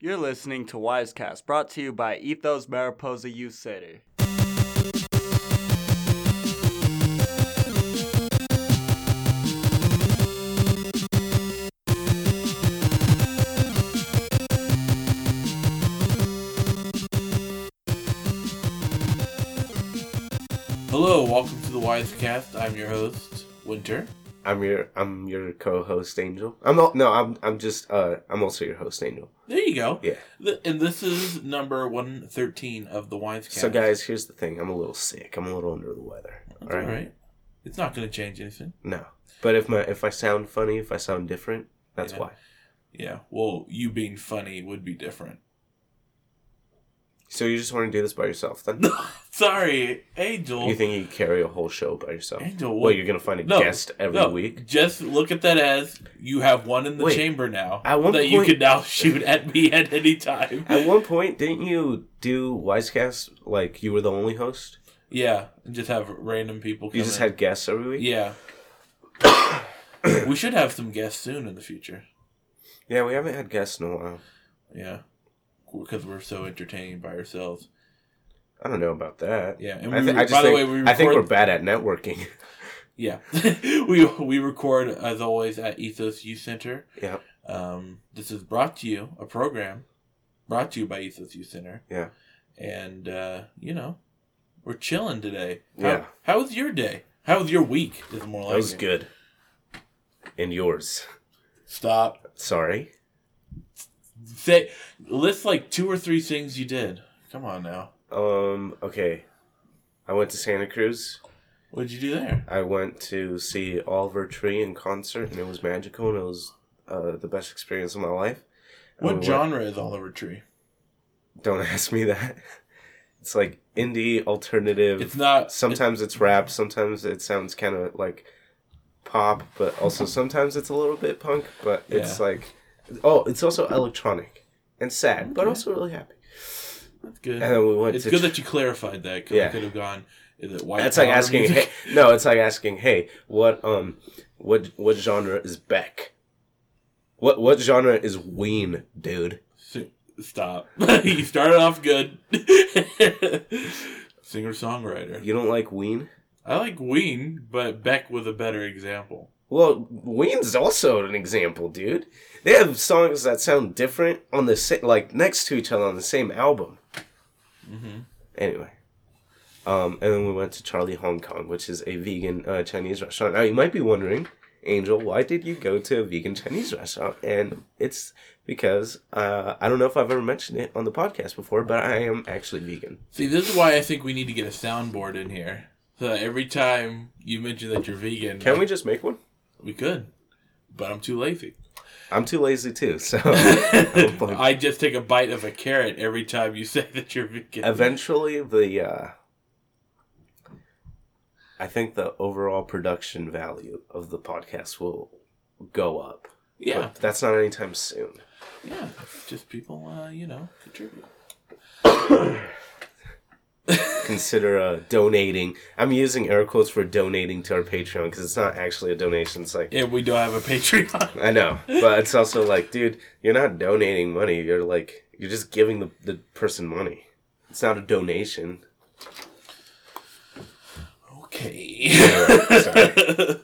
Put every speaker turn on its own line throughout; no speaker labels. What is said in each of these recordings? You're listening to Wisecast, brought to you by Ethos Mariposa Youth Center.
Hello, welcome to the Wisecast. I'm your host, Winter.
I'm your I'm your co-host Angel. I'm al- no I'm I'm just uh I'm also your host Angel.
There you go.
Yeah.
Th- And this is number 113 of the Wisecast.
So guys, here's the thing. I'm a little sick. I'm a little under the weather.
That's all right. It's not going to change anything.
No. But if my if I sound funny, if I sound different, that's
Yeah.
why.
Yeah, well, you being funny would be different.
So you just want to do this by yourself then?
Sorry, Angel.
You think you can carry a whole show by yourself?
Angel,
Well,
what-
you're gonna find a
No,
guest every
no,
week.
Just look at that as you have one in the
Wait.
chamber now
At one
that you
point-
can now shoot at me at any time.
At one point, didn't you do Wisecast like you were the only host?
yeah, and just have random people. Come
You just
in.
had guests every week.
Yeah. we should have some guests soon in the future.
Yeah, we haven't had guests in a while.
Yeah. Because we're so entertained by ourselves.
I don't know about that.
Yeah, and
I,
we-
thi- I
by
just
the
think,
way, we
I think we're
record-
bad at networking.
Yeah. we we record as always at Ethos Youth Center.
yeah.
Um, this is brought to you a program brought to you by Ethos Youth Center.
Yeah.
And uh, you know, we're chilling today. How,
Yeah.
How was your day? How was your week? Is more like
That was
it.
good. And yours.
Stop.
Sorry.
Say list like two or three things you did. Come on now.
Um, okay. I went to Santa Cruz.
What'd you do there?
I went to see Oliver Tree in concert, and it was magical, and it was uh, the best experience of my life. And we
What
went-
genre is Oliver Tree?
Don't ask me that. It's like indie alternative.
It's not
sometimes it's rap, sometimes it sounds kind of like pop, but also sometimes it's a little bit punk, but it's
Yeah.
like oh, it's also electronic and sad, but
Okay.
also really happy.
That's good.
And then we went
It's
to
good that you clarified that. 'cause I
Yeah.
could have gone. Is it white?
That's like
power
asking,
music?
hey, no, it's like asking, hey, what um, what what genre is Beck? What what genre is Ween, dude?
S- Stop. you started off good. Singer songwriter.
You don't like Ween?
I like Ween, but Beck was a better example.
Well, Ween's also an example, dude. They have songs that sound different on the sa- like next to each other on the same album.
hmm
Anyway, um, and then we went to Charlie Hong Kong, which is a vegan uh, Chinese restaurant. Now you might be wondering, Angel, why did you go to a vegan Chinese restaurant? And it's because uh, I don't know if I've ever mentioned it on the podcast before, but I am actually vegan.
See, this is why I think we need to get a soundboard in here. So that every time you mention that you're vegan,
Can we just make one?
We could, but I'm too lazy.
I'm too lazy too, so I'm like-
I just take a bite of a carrot every time you say that you're vegan.
eventually the. Uh, I think the overall production value of the podcast will go up.
yeah,
But that's not anytime soon.
Yeah, just people, uh, you know, contribute.
consider uh, donating. I'm using air quotes for donating to our Patreon because it's not actually a donation. It's like
Yeah, we don't have a Patreon.
I know, but it's also like, dude, you're not donating money. You're like you're just giving the the person money. It's not a donation.
Okay.
Sorry.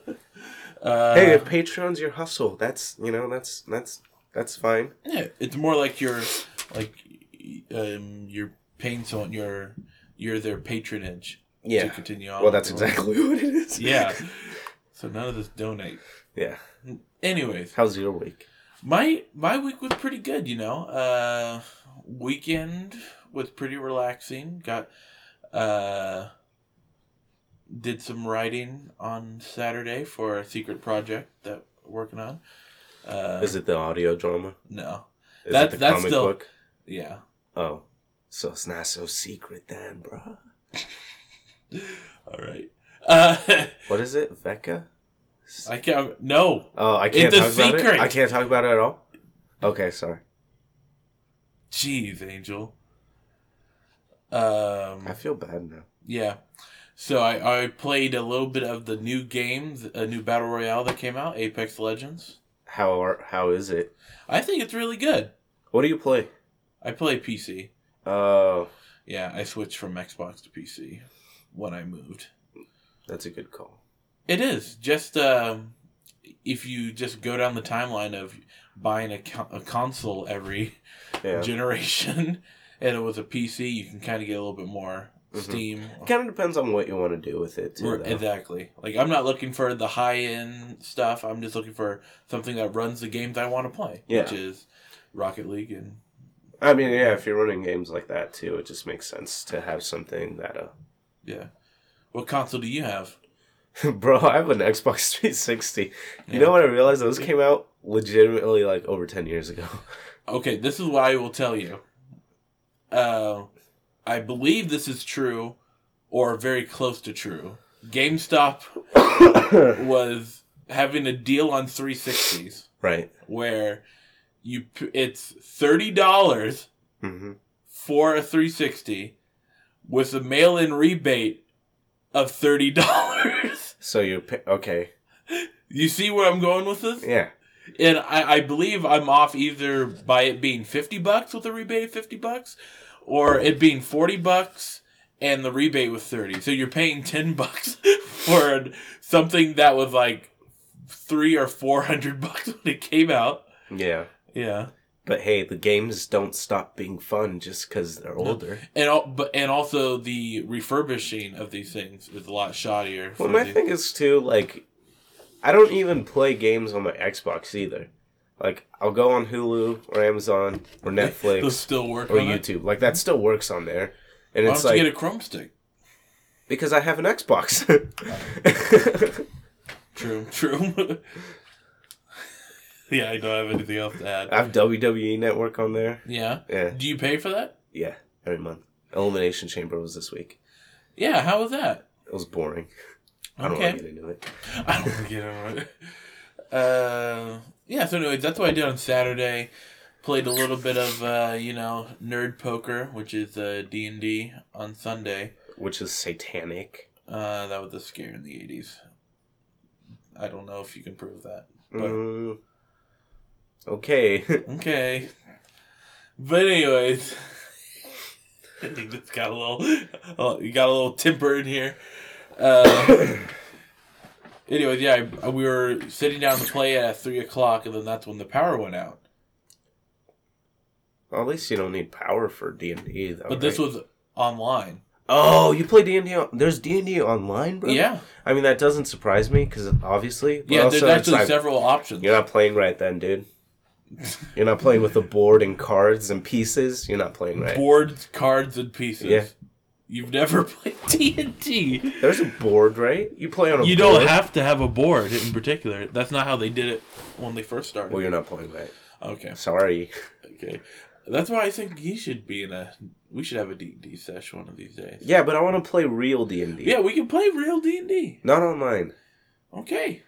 uh,
hey, if Patreon's your hustle, that's you know that's that's that's fine.
yeah, it's more like you're, like, um, you're paying someone. You're, you're their patronage to
Yeah.
continue on.
Well, that's
with the-
exactly what it is.
Yeah. So none of this donate.
Yeah.
Anyways,
How's your week?
my my week was pretty good. You know, uh, weekend was pretty relaxing. Got, uh, did some writing on Saturday for a secret project that we're working on. Uh,
Is it the audio drama?
No.
Is
That-
it the
that's
comic
still-
book?
Yeah.
Oh, so it's not so secret then, bruh.
All right. Uh,
What is it, Vecca?
I can't. No.
Oh, I can't
a
talk about
secret.
it. I can't talk about it at all. Okay, sorry.
Jeez, Angel.
I
Um.
feel bad now.
Yeah. So I, I played a little bit of the new game, a new battle royale that came out, Apex Legends.
How are how is it?
I think it's really good.
What do you play?
I play PC.
Oh,
Yeah, I switched from Xbox to PC when I moved.
that's a good call.
It is just um, if you just go down the timeline of buying a, co- a console every
Yeah.
generation, and it was a PC, you can kind of get a little bit more
Mhm.
Steam.
Kind of depends on what you want to do with it, too.
Or-
though.
Exactly. Like I'm not looking for the high end stuff. I'm just looking for something that runs the games I want to play,
Yeah.
which is Rocket League and
I mean, yeah, if you're running games like that, too, it just makes sense to have something that. Uh...
yeah. What console do you have?
Bro, I have an Xbox 360.
Yeah.
You know what I realized? Those came out legitimately like over 10 years ago.
Okay, this is why I will tell you. Uh, I believe this is true, or very close to true. GameStop was having a deal on 360s
right.
where you p- it's thirty dollars Mm-hmm.
hmm
for a 360 with a mail-in rebate of $30.
So you pi okay.
you see where I'm going with this?
Yeah.
And I, I believe I'm off either by it being 50 bucks with a rebate of 50 bucks or it being 40 bucks and the rebate was 30. So you're paying 10 bucks for something that was like 3 or 400 bucks when it came out.
Yeah.
Yeah.
But hey, the games don't stop being fun just because they're older.
And all, but and also the refurbishing of these things is a lot shoddier. for
Well, my
the-
thing is too like, I don't even play games on my Xbox either. Like, I'll go on Hulu or Amazon or
They'll
Netflix
still work
or
on it.
YouTube. Like that still works on there, and
Why
it's
don't
like
you get a Chrome stick?
because I have an Xbox.
True, true. yeah, I don't have anything else to
I
add.
have WWE Network on there.
Yeah.
Yeah,
Do you pay for that?
yeah, every month. Elimination Chamber was this week.
Yeah, how was that?
It was boring. I don't want
Okay.
to get into it.
I don't get over it. Uh, yeah, so anyways, that's what I did on Saturday. Played a little bit of, uh, you know, nerd poker, which is uh, D&D on Sunday.
Which is satanic.
Uh, that was a scare in the 80s. I don't know if you can prove that. But-
Mm. okay.
Okay. But anyways, I think this got a little, oh, you got a little temper in here. Uh, anyways, yeah, I, we were sitting down to play at three o'clock, and then that's when the power went out.
Well, at least you don't need power for D and D though.
But this
right?
was online.
oh, you play D and D. There's D and D online, bro.
Yeah,
I mean, that doesn't surprise me because obviously, but
yeah.
also
there's
it's
actually
like,
several options.
you're not playing right then, dude. You're not playing with the board and cards and pieces. You're not playing right.
Boards, cards, and pieces.
Yeah.
You've never played D and D.
There's a board, right? You play on a
You
board.
don't have to have a board in particular. That's not how they did it when they first started.
Well, you're not playing right.
Okay.
Sorry.
Okay, that's why I think he should be in a. We should have a D and D sesh one of these days.
Yeah, but I want to play real D and D.
Yeah, we can play real D and D.
Not online,
Okay.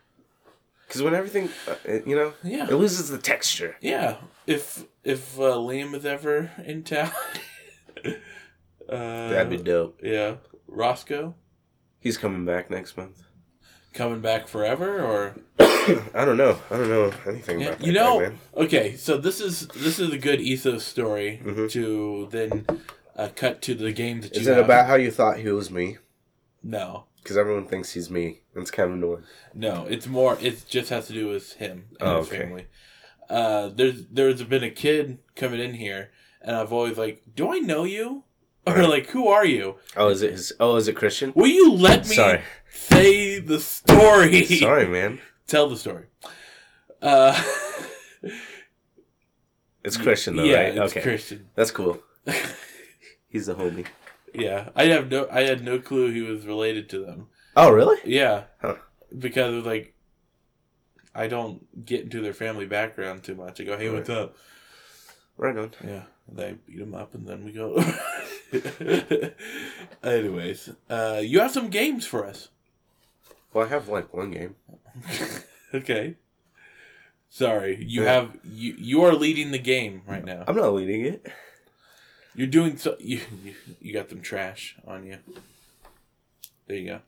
because when everything, uh, it- you know,
Yeah.
it loses the texture.
Yeah. If if uh, Liam is ever in town, uh,
That'd be dope.
yeah. Roscoe
He's coming back next month.
coming back forever, or
I don't know. I don't know anything
Yeah,
about that
you
guy,
know-
man.
okay. So this is this is a good ethos story
Mhm.
to then uh, cut to the game that you.
Is it
have.
about how you thought he was me?
No,
Because everyone thinks he's me. It's kind of annoying.
No, it's more. It just has to do with him and
Oh,
his
okay.
family. Uh, there's there's been a kid coming in here, and I've always like, do I know you? Or
Right.
like, who are you?
Oh, is it his? Oh, is it Christian?
Will you let me
Sorry,
say the story?
sorry, man.
Tell the story. Uh,
It's Christian though,
yeah,
right?
it's
okay,
Christian.
that's cool. he's the homie.
Yeah, I have no, I had no clue he was related to them.
Oh, really?
Yeah,
Huh.
because it was like, I don't get into their family background too much. I go, hey, what's up?
Right on.
Yeah, they beat him up, and then we go. Anyways, uh, you have some games for us.
Well, I have like one game.
okay. Sorry, you
Yeah. Uh,
have you you are leading the game right now.
I'm not leading it.
You're doing so. You you, you got some trash on you. There you go.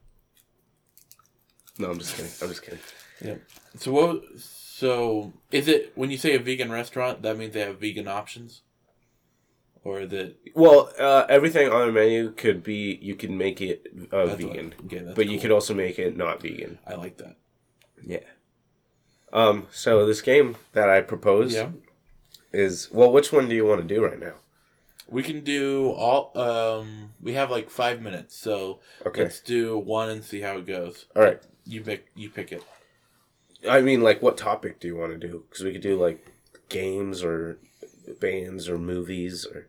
No, I'm just kidding. I'm just kidding.
So what? So is it when you say a vegan restaurant? That means they have vegan options. or that
Well, uh, everything on the menu could be you can make it uh,
that's what-
vegan,
Okay, that's
but you
cool.
could also make it not vegan.
I like that.
Yeah. Um. So this game that I propose
Yeah,
is well, which one do you want to do right now?
we can do all. Um, we have like five minutes, so
Okay.
let's do one and see how it goes.
All right.
You pick. You pick it.
I mean, like, what topic do you want to do? Because we could do like games or bands or movies or.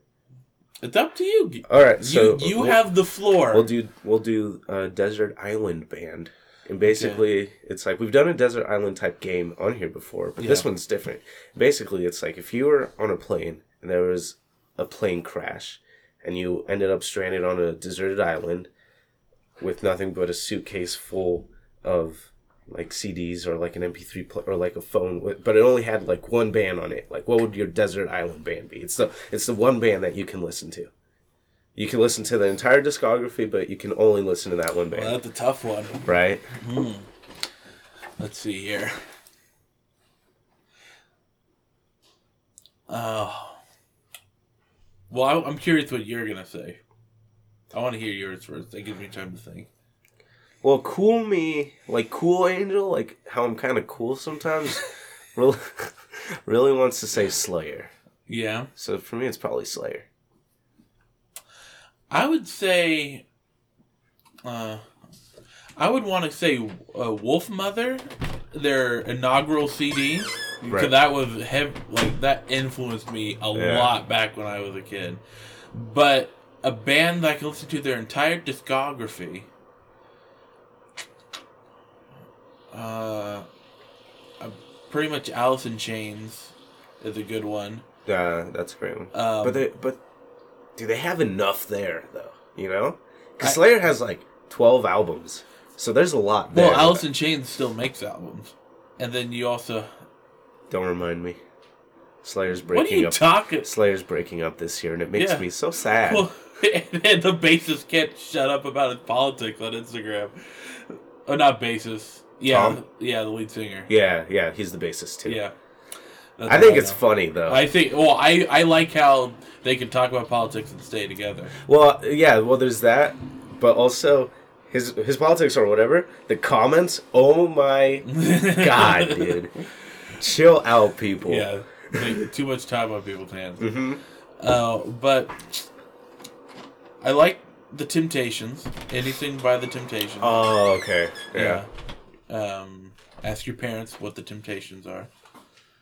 It's up to you.
All right.
You
So uh,
you
we'll-
have the floor.
We'll do we'll do a desert island band, and basically it's like we've done a desert island type game on here before, but this
Yeah.
one's different. Basically, it's like if you were on a plane and there was a plane crash, and you ended up stranded on a deserted island with nothing but a suitcase full of like CDs or like an MP3 pl- or like a phone, with, but it only had like one band on it. Like, what would your desert island band be? It's the it's the one band that you can listen to. You can listen to the entire discography, but you can only listen to that one band,
Well, that's a tough one.
right?
Let's see here. Oh. Well, I, I'm curious what you're gonna say. I want to hear yours first. That gives me time to think.
Well, cool me, like cool angel, like how I'm kind of cool sometimes. really, really wants to say Slayer.
Yeah,
So for me, it's probably Slayer.
I would say. Uh, I would want to say uh, Wolf Mother, their inaugural CD, because
Right.
that was hev- like that influenced me a
Yeah.
lot back when I was a kid. But a band that I can listen to their entire discography. Uh, uh, pretty much Alice in Chains is a good one.
Yeah, that's a great one.
Um,
but they, but do they have enough there though? You know,
I-
because Slayer has like twelve albums, so there's a lot there.
well, Alice in Chains still makes albums, and then you also
don't remind me. Slayer's
what are
breaking
you
up.
talking?
Slayer's breaking up this year, and it makes
Yeah.
me so sad.
Well, and the bassist can't shut up about his politics on Instagram. Oh, not bassist. Yeah,
Tom?
yeah, the lead singer.
yeah, yeah, he's the bassist too.
yeah. That's
I
all
think it's
know.
funny though.
I think. Well, I I like how they can talk about politics and stay together.
Well, yeah. Well, there's that, but also his his politics or whatever. The comments. Oh my god, dude! Chill out, people.
Yeah, take too much time on people's hands.
hmm
Uh, but I like the Temptations. Anything by the Temptations.
Oh, okay. Yeah.
Yeah. Um, ask your parents what the Temptations are.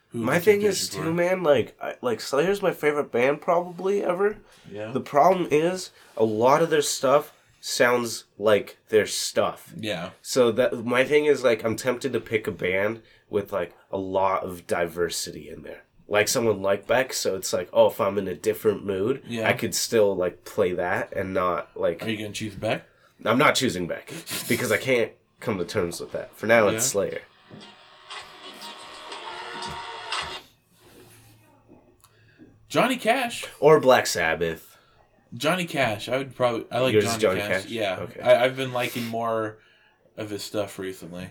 Who
My
the
thing is
Temptations were.
too, man. Like, I, like Slayer's my favorite band probably ever.
Yeah.
The problem is a lot of their stuff sounds like their stuff.
yeah.
So that my thing is like I'm tempted to pick a band with like a lot of diversity in there. Like someone like Beck, so it's like, oh, if I'm in a different mood,
Yeah.
I could still like play that and not like
Are you gonna choose Beck?
I'm not choosing Beck because I can't come to terms with that. For now,
Yeah.
it's Slayer.
Johnny Cash.
or Black Sabbath.
Johnny Cash. I would probably. I like
Yours is
Johnny,
Johnny
Cash.
Cash?
Yeah.
Okay.
I, I've been liking more of his stuff recently.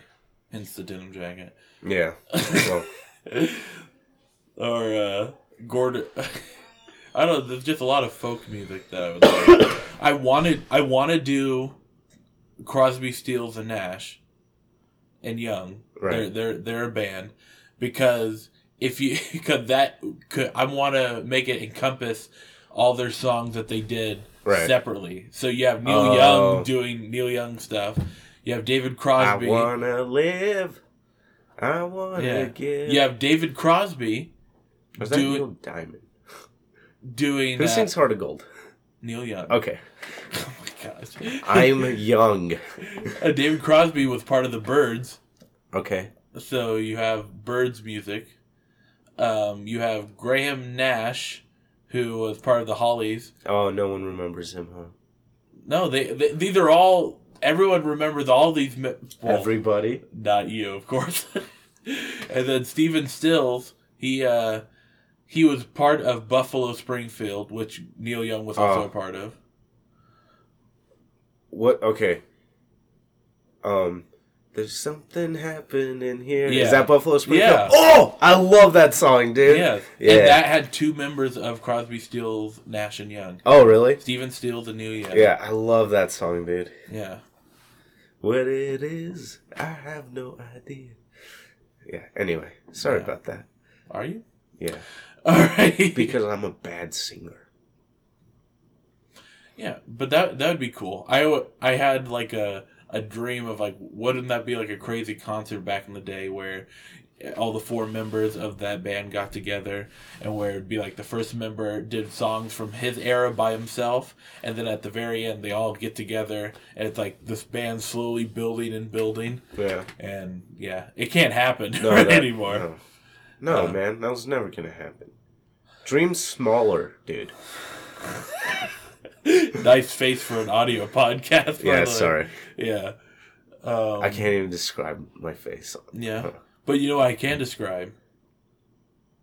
Hence the denim jacket.
Yeah. Well,
Or uh, Gordon. I don't. know, There's just a lot of folk music that I would like. I wanted. I want to do Crosby, Steals and Nash, and Young.
Right.
They're they're they're a band because if you because that could I want to make it encompass all their songs that they did
Right.
separately. So you have Neil
Oh.
Young doing Neil Young stuff. You have David
I
Crosby.
wanna live. I wanna
Yeah.
give.
You have David Crosby
Was that
do-
Neil Diamond?
doing
Who
uh,
sings Heart of Gold?
Neil Young.
Okay.
Oh my gosh.
I'm young.
Uh, David Crosby was part of the Birds,
Okay.
so you have Birds music. Um, you have Graham Nash, who was part of the Hollies.
Oh, no one remembers him, huh?
No, they, they these are all. Everyone remembers all these. mi- Well,
Everybody.
not you, of course. and then Stephen Stills, he uh, he was part of Buffalo Springfield, which Neil Young was also
Oh.
a part of.
What? Okay. Um, There's something happening here. Is
Yeah.
that Buffalo Springfield?
Yeah.
Oh, I love that song, dude.
Yeah.
Yeah.
And that had two members of Crosby, Stills, Nash, and Young.
Oh, really?
Steven Stills and New Young.
Yeah, I love that song, dude.
Yeah.
What it is, I have no idea. Yeah. Anyway, sorry
Yeah.
about that.
Are you?
Yeah,
All right.
because I'm a bad singer.
yeah, but that that would be cool. I w- I had like a a dream of like wouldn't that be like a crazy concert back in the day where all the four members of that band got together and where it'd be like the first member did songs from his era by himself and then at the very end they all get together and it's like this band slowly building and building
Yeah.
and yeah it can't happen
No, that-
anymore
No, No,
Uh,
man, that was never gonna happen. Dream smaller, dude.
nice face for an audio podcast. by
Yeah,
the way.
sorry.
Yeah. Um,
I can't even describe my face.
Yeah. But you know what I can describe?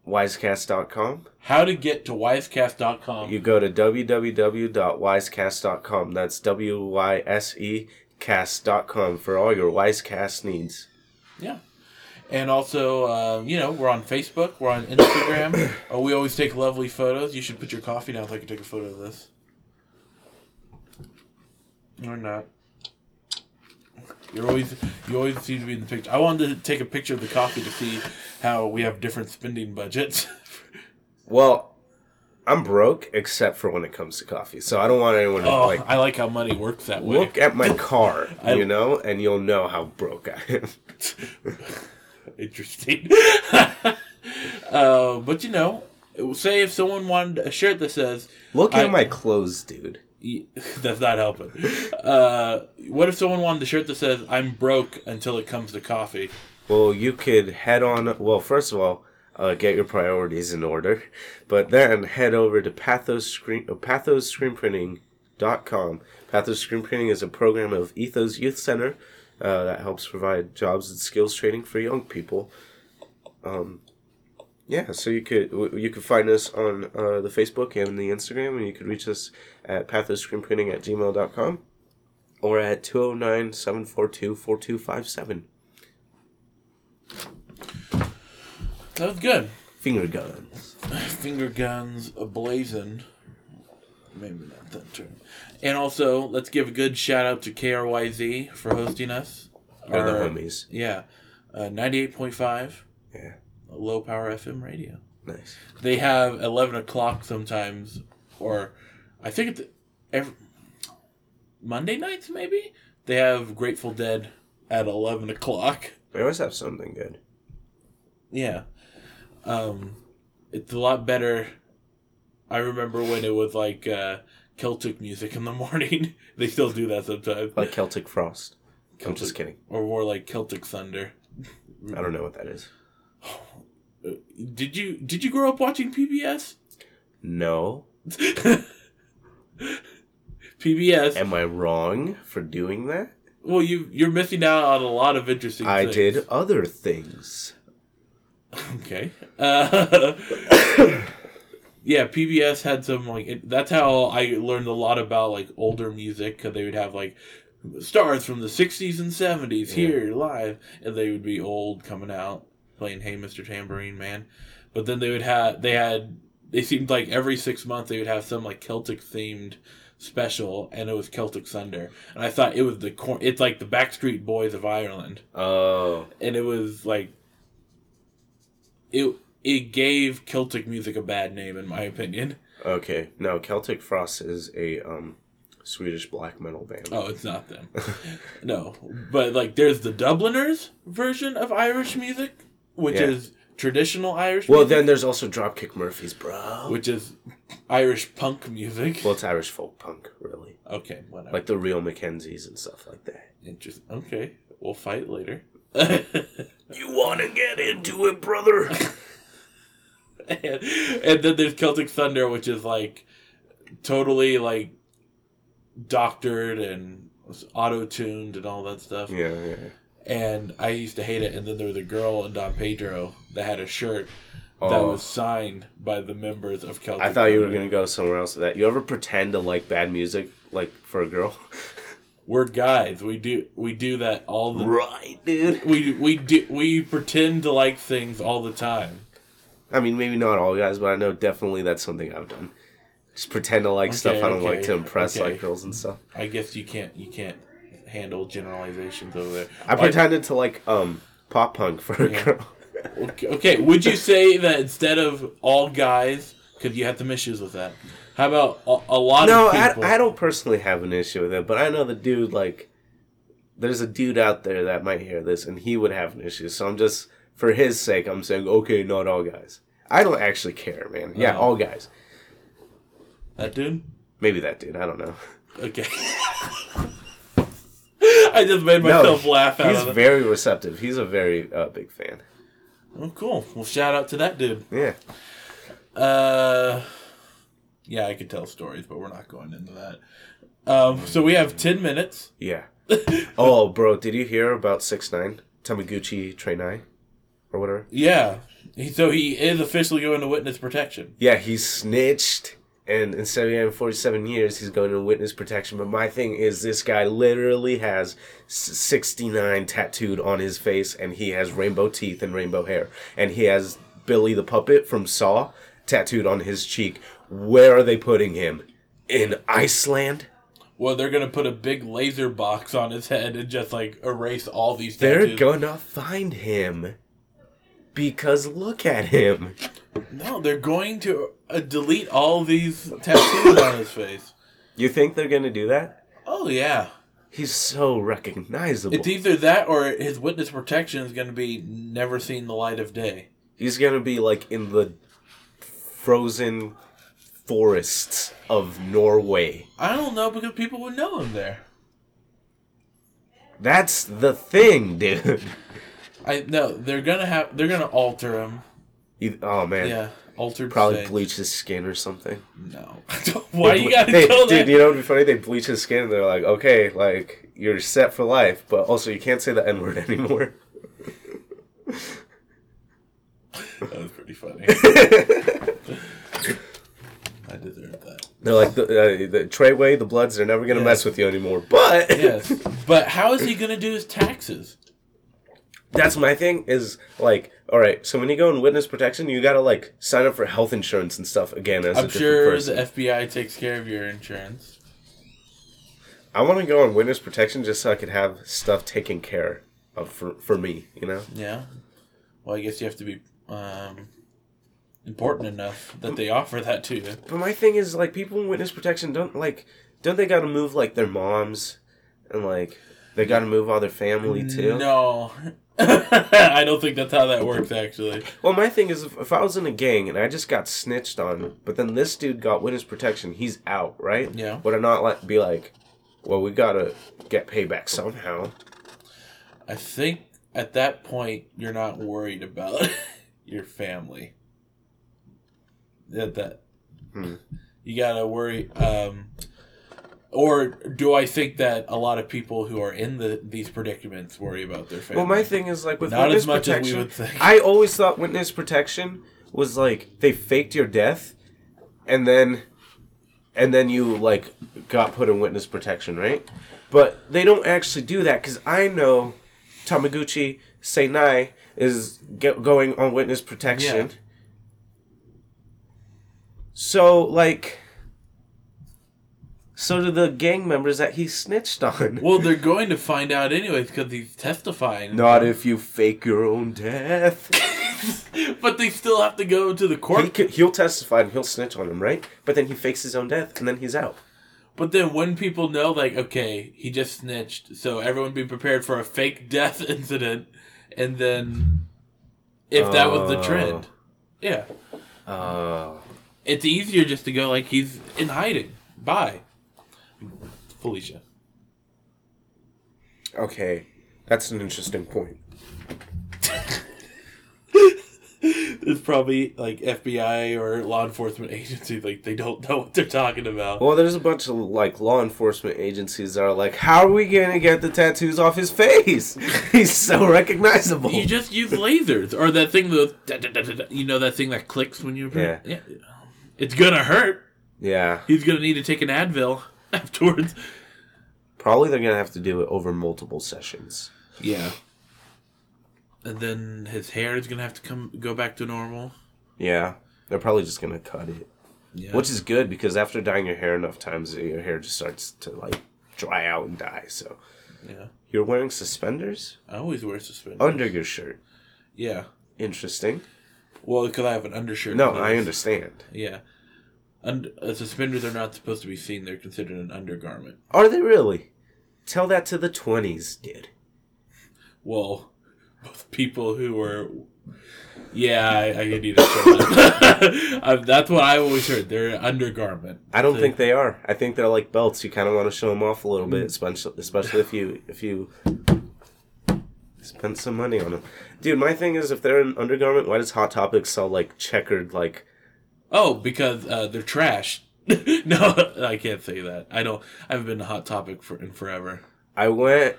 Wisecast.com.
How to get to wisecast.com.
You go to www.wisecast.com. That's W Y S E cast.com for all your Wisecast needs.
yeah. And also, um, you know, we're on Facebook, we're on Instagram. oh, we always take lovely photos. You should put your coffee down so I can take a photo of this. Or not. You're always you always seem to be in the picture. I wanted to take a picture of the coffee to see how we have different spending budgets.
Well, I'm broke except for when it comes to coffee. So I don't want anyone to
Oh,
like
I like how money works that way.
look at my car,
I-
you know, and you'll know how broke I am.
Interesting. uh, but you know, say if someone wanted a shirt that says
Look
I-
at my clothes, dude.
y- that's not helping. Uh, what if someone wanted a shirt that says "I'm broke until it comes to coffee"?
Well, you could head on. Well, first of all, uh, get your priorities in order, but then head over to Pathos Screen uh, Pathos Screenprinting.com. Pathos Screen Printing is a program of Ethos Youth Center uh, that helps provide jobs and skills training for young people. Um, yeah, so you could w- you could find us on uh, the Facebook and the Instagram, and you could reach us at pathoscreenprinting at gmail.com or at 209 742 4257.
That was good.
Finger guns.
Finger guns ablazing. Maybe not that term. And also, let's give a good shout out to KRYZ for hosting us.
Or the
Our-
homies.
Yeah, uh, ninety-eight point five
Yeah.
low power FM radio.
Nice.
they have 11 o'clock sometimes or i think it's every, monday nights maybe they have grateful dead at 11 o'clock
They always have something good.
yeah um it's a lot better i remember when it was like uh celtic music in the morning they still do that sometimes
Like Celtic Frost. I'm just kidding.
or more like celtic thunder
I don't know what that is.
did you did you grow up watching pbs
No.
pbs
Am I wrong for doing that?
Well, you you're missing out on a lot of interesting.
I
things.
did other things.
Okay. Uh, yeah, PBS had some like it, that's how I learned a lot about like older music because they would have like stars from the '60s and '70s here live, and they would be old coming out playing "Hey, Mr. Tambourine Man," but then they would have they had they seemed like every six months they would have some like Celtic themed special, and it was Celtic Thunder, and I thought it was the cor- it's like the Backstreet Boys of Ireland
Oh.
and it was like it it gave Celtic music a bad name in my opinion.
Okay. No, Celtic Frost is a um Swedish black metal band.
Oh, it's not them. no. But like there's the Dubliners version of Irish music, which
Yeah.
is traditional Irish
Well,
music,
then there's also Dropkick Murphys, bro.
which is Irish punk music.
Well, it's Irish folk punk, really.
okay, whatever.
Like the real Mackenzies and stuff like that.
Interesting. Okay. We'll fight later.
You want to get into it, brother?
and, and then there's Celtic Thunder, which is like totally like doctored and auto tuned and all that stuff.
yeah, yeah.
And I used to hate it. And then there was a girl in Don Pedro that had a shirt that
Oh.
was signed by the members of Celtic.
I thought you were
Thunder.
gonna go somewhere else with that. You ever pretend to like bad music, like for a girl?
We're guys. We do we do that all the
Right, dude.
we we do we pretend to like things all the time.
I mean, maybe not all guys, but I know definitely that's something I've done. Just pretend to like stuff
Okay,
I don't like
okay,
to impress,
okay.
like girls and stuff.
I guess you can't you can't handle generalizations over there.
I
Like-
pretended to like um pop punk for a
Yeah.
girl.
Okay, okay, would you say that instead of all guys, because you had some issues with that, how about a, a lot
No,
of
I,
people?
I don't personally have an issue with it, but I know the dude like. There's a dude out there that might hear this, and he would have an issue. So I'm just for his sake, I'm saying okay, not all guys. I don't actually care, man. Yeah,
Oh.
all guys.
That dude?
Maybe that dude. I don't know.
Okay. I just made myself laugh out
He's
of it.
very receptive. He's a very uh, big fan.
Oh, cool. Well, shout out to that dude.
Yeah.
Uh, yeah, I could tell stories, but we're not going into that. Um, so we have 10 minutes.
Yeah. oh, bro, did you hear about six nine Tamaguchi Trainai, or whatever?
Yeah. He- So he is officially going to witness protection.
Yeah, he snitched, and instead of getting forty-seven years, he's going to witness protection. But my thing is, this guy literally has s- sixty-nine tattooed on his face, and he has rainbow teeth and rainbow hair, and he has Billy the Puppet from Saw tattooed on his cheek. Where are they putting him? In Iceland?
Well, they're going to put a big laser box on his head and just like erase all these
They're
tattoos.
gonna find him. Because look at him.
No, they're going to uh, delete all these tattoos on his face.
You think they're gonna do that?
Oh yeah,
He's so recognizable.
it's either that or his witness protection is going to be never seen the light of day.
He's gonna be like in the frozen forests of Norway.
I don't know because people would know him there.
That's the thing, dude.
I no, they're gonna have they're gonna alter him.
You, oh man,
Yeah, altered.
probably
state.
bleach his skin or something.
No, why you gotta
Hey,
go there?
dude? You know what'd be funny? They bleach his skin. and They're like, okay, like you're set for life, but also you can't say the N word anymore.
That was pretty funny. I deserved that.
They're like the, uh, the Treyway, the Bloods. They're never gonna
Yeah.
mess with you anymore. But
Yes, but how is he gonna do his taxes?
that's my thing is like all right so when you go in witness protection you gotta like sign up for health insurance and stuff again as a
I'm
different
sure
person
the FBI takes care of your insurance.
i want to go on witness protection just so i could have stuff taken care of for, for me you know
Yeah. Well, I guess you have to be um, important enough that they offer that to you.
but my thing is like people in witness protection don't like don't they gotta move like their moms and like they gotta move all their family too
No. I don't think that's how that works, actually.
well my thing is if, if i was in a gang and i just got snitched on but then this dude got witness protection he's out right
Yeah.
would i not like be like well we gotta get payback somehow
I think at that point, you're not worried about your family. That, that
Hmm.
You gotta worry. Um, or do I think that a lot of people who are in the these predicaments worry about their family?
Well, my thing is like with
Not
witness
as much as we
protection.
would think.
I always thought witness protection was like they faked your death, and then, and then you like got put in witness protection, right? But they don't actually do that because I know Tamaguchi Seinai is ge- going on witness protection.
Yeah.
So like. So do the gang members that he snitched on.
Well, they're going to find out anyways because he's testifying.
Not if you fake your own death.
but they still have to go to the
He
court.
could, he'll testify and he'll snitch on him, right? But then he fakes his own death and then he's out.
But then when people know, like, okay, he just snitched, so everyone be prepared for a fake death incident, and then if that was the trend, yeah,
Oh.
it's easier just to go like he's in hiding. Bye, Felicia.
Okay. That's an interesting point.
It's probably like FBI or law enforcement agencies, like they don't know what they're talking about.
Well, there's a bunch of like law enforcement agencies that are like, "How are we gonna get the tattoos off his face? he's so recognizable."
You just use lasers or that thing that da- da- da- da- da- you know that thing that clicks when you
Yeah.
yeah. It's gonna hurt.
yeah.
He's gonna need to take an Advil afterwards.
Probably they're gonna have to do it over multiple sessions.
Yeah. And then his hair is gonna have to come go back to normal.
Yeah, they're probably just gonna cut it,
Yeah.
which is good because after dyeing your hair enough times, your hair just starts to like dry out and die. So
yeah.
you're wearing suspenders
I always wear suspenders.
under your shirt.
yeah.
Interesting.
Well, because I have an undershirt.
No,
clothes.
I understand.
Yeah. Und- uh, suspenders are not supposed to be seen. They're considered an undergarment.
Are they really? Tell that to the twenties, dude.
Well, both people who were. Yeah, I, I need to show that. Um, That's what I always heard. They're an undergarment.
I don't
So-
think they are. I think they're like belts. You kind of want to show them off a little bit, especially especially if you if you spend some money on them. Dude, my thing is if they're an undergarment, why does Hot Topic sell like checkered like
Oh, because uh, they're trash. no, I can't say that. I don't. I haven't been to Hot Topic for in forever.
I went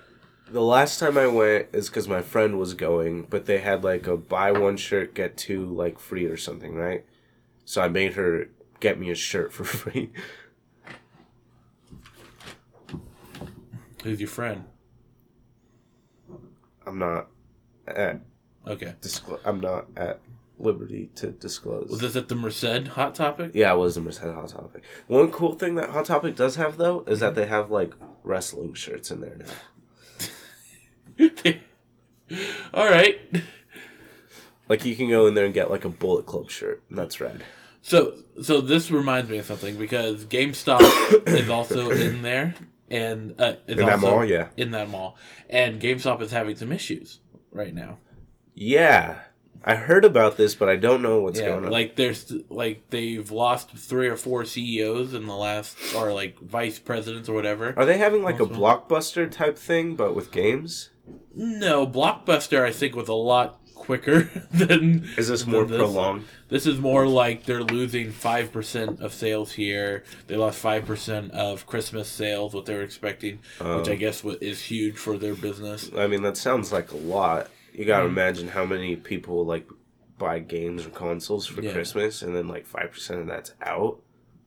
the last time I went is cuz my friend was going, but they had like a buy one shirt get two like free or something, right? So I made her get me a shirt for free.
Who's your friend?
I'm not eh, at
Okay.
disclo- I'm not at liberty to disclose.
Was this at the Merced Hot Topic?
Yeah, it was the most Hot Topic. One cool thing that Hot Topic does have though is
Mm-hmm.
that they have like wrestling shirts in there now.
All right.
Like you can go in there and get like a Bullet Club shirt. and That's rad.
So, so this reminds me of something because GameStop is also in there, and uh, is
In that
also
mall, yeah.
in that mall, and GameStop is having some issues right now.
Yeah, I heard about this, but I don't know what's
yeah,
going on.
like there's like they've lost three or four CEOs in the last, or like vice presidents or whatever.
Are they having like a
Also-
blockbuster type thing, but with games?
No, Blockbuster I think was a lot quicker than
Is this
than
more prolonged?
This is more like they're losing five percent of sales here. They lost five percent of Christmas sales, what they were expecting,
Oh.
which I guess wa- is huge for their business.
I mean, that sounds like a lot. You gotta
Mm.
imagine how many people like buy games or consoles for
Yeah.
Christmas, and then like five percent of that's out.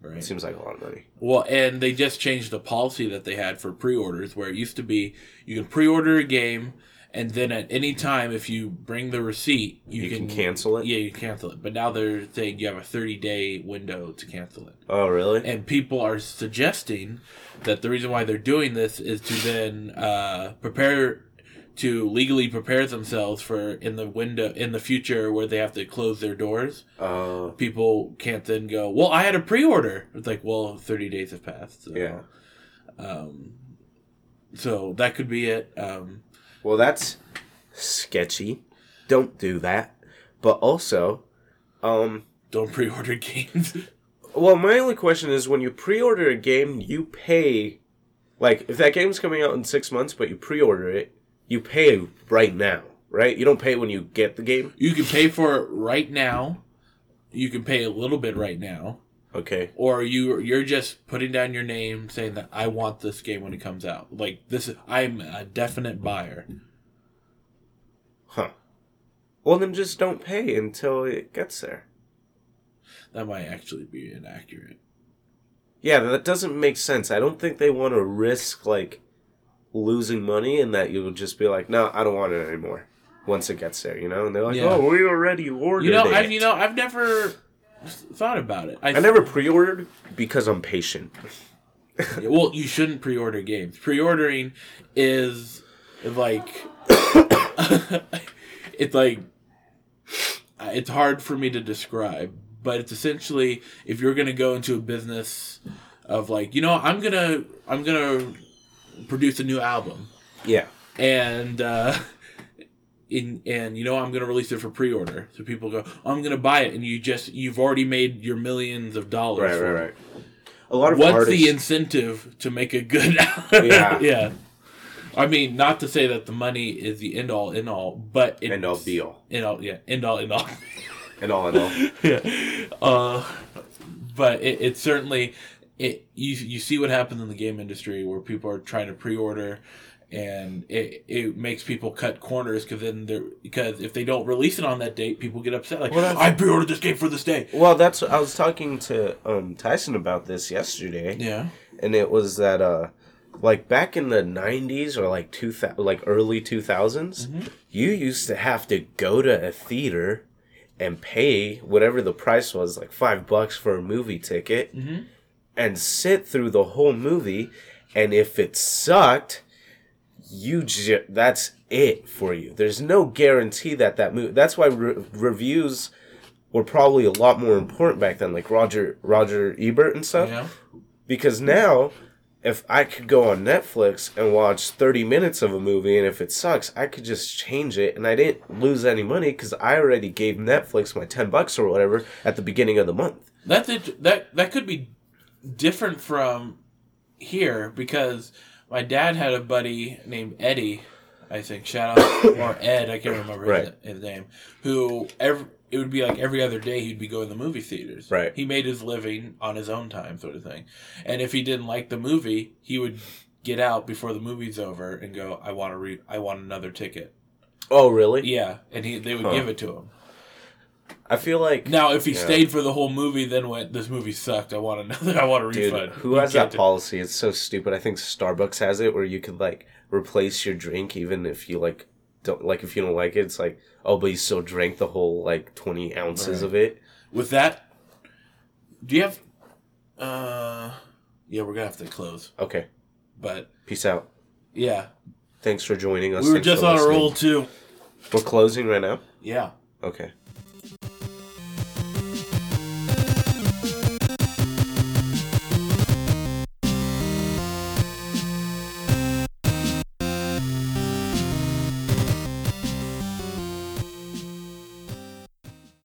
It
Right.
seems like a lot of money.
Well, and they just changed the policy that they had for pre-orders, where it used to be you can pre-order a game, and then at any time if you bring the receipt, you,
You
can,
can cancel it?
Yeah, you can cancel it. But now they're saying you have a thirty-day window to cancel it.
Oh, really?
and people are suggesting that the reason why they're doing this is to then uh, prepare to legally prepare themselves for in the window in the future where they have to close their doors
Oh.
people can't then go well i had a pre-order it's like well 30 days have passed so,
Yeah.
um, so that could be it um,
Well, that's sketchy. Don't do that. But also, um,
don't pre-order games
well, my only question is when you pre order a game, you pay. Like, if that game's coming out in six months, but you pre order it, you pay right now, right? You don't pay when you get the game.
you can pay for it right now you can pay a little bit right now
Okay.
or you you're just putting down your name saying that I want this game when it comes out. Like this is I'm a definite buyer.
Huh. Well, then just don't pay until it gets there.
That might actually be inaccurate.
Yeah, that doesn't make sense. I don't think they want to risk, like, losing money and that you would just be like, no, I don't want it anymore once it gets there, you know? And they're like,
Yeah.
oh, we already ordered
You know,
it.
I you know, I've never s- thought about it.
I never pre ordered because I'm patient.
well, you shouldn't pre-order games. Pre-ordering is like it's like uh, it's hard for me to describe, but it's essentially if you're going to go into a business of like, you know, I'm going to I'm going to produce a new album
Yeah.
and uh in, and you know I'm gonna release it for pre-order, so people go. I'm gonna buy it, and you just you've already made your millions of dollars.
Right,
for
right,
it
right. A lot of
what's
artists.
the incentive to make a good
Yeah.
yeah i mean not to say that the money is the end all in all but it
and all be all.
end all yeah end all in all
And all in all.
yeah uh but it, it certainly it you you see what happens in the game industry where people are trying to pre-order and it, it makes people cut corners because then they're because if they don't release it on that date people get upset like
Well, that's-
i pre-ordered this game for this day
well, that's. I was talking to um, Tyson about this yesterday.
yeah
and it was that uh like back in the 90s or like 2000 like early 2000s you used to have to go to a theater and pay whatever the price was like 5 bucks for a movie ticket
Mhm.
and sit through the whole movie and if it sucked you ju- that's it for you there's no guarantee that that movie that's why re- reviews were probably a lot more important back then like Roger Roger Ebert and stuff
Yeah.
because now if i could go on netflix and watch 30 minutes of a movie and if it sucks i could just change it and i didn't lose any money because i already gave netflix my 10 bucks or whatever at the beginning of the month
That's it. That that could be different from here because my dad had a buddy named Eddie, I think. Shout out or Ed, I can't remember
Right.
his, his name. Who every it would be like every other day he'd be going to the movie theaters.
Right.
He made his living on his own time, sort of thing. And if he didn't like the movie, he would get out before the movie's over and go, "I want to read. I want another ticket."
oh really
Yeah, and he they would
Huh.
give it to him.
i feel like
Now, if he
Yeah.
stayed for the whole movie, then went, "This movie sucked. I want another. I want a
dude
refund."
who
You
has that
can't-
policy it's so stupid i think starbucks has it where you could like replace your drink even if you like don't like if you don't like it it's like oh but you still drank the whole like 20 ounces
Right.
of it
With that, do you have? Uh, yeah, we're gonna have to close,
okay
but
peace out
yeah,
thanks for joining us
we were
Thanks
just
for
on a
listening.
roll too.
we're closing right now
Yeah.
Okay.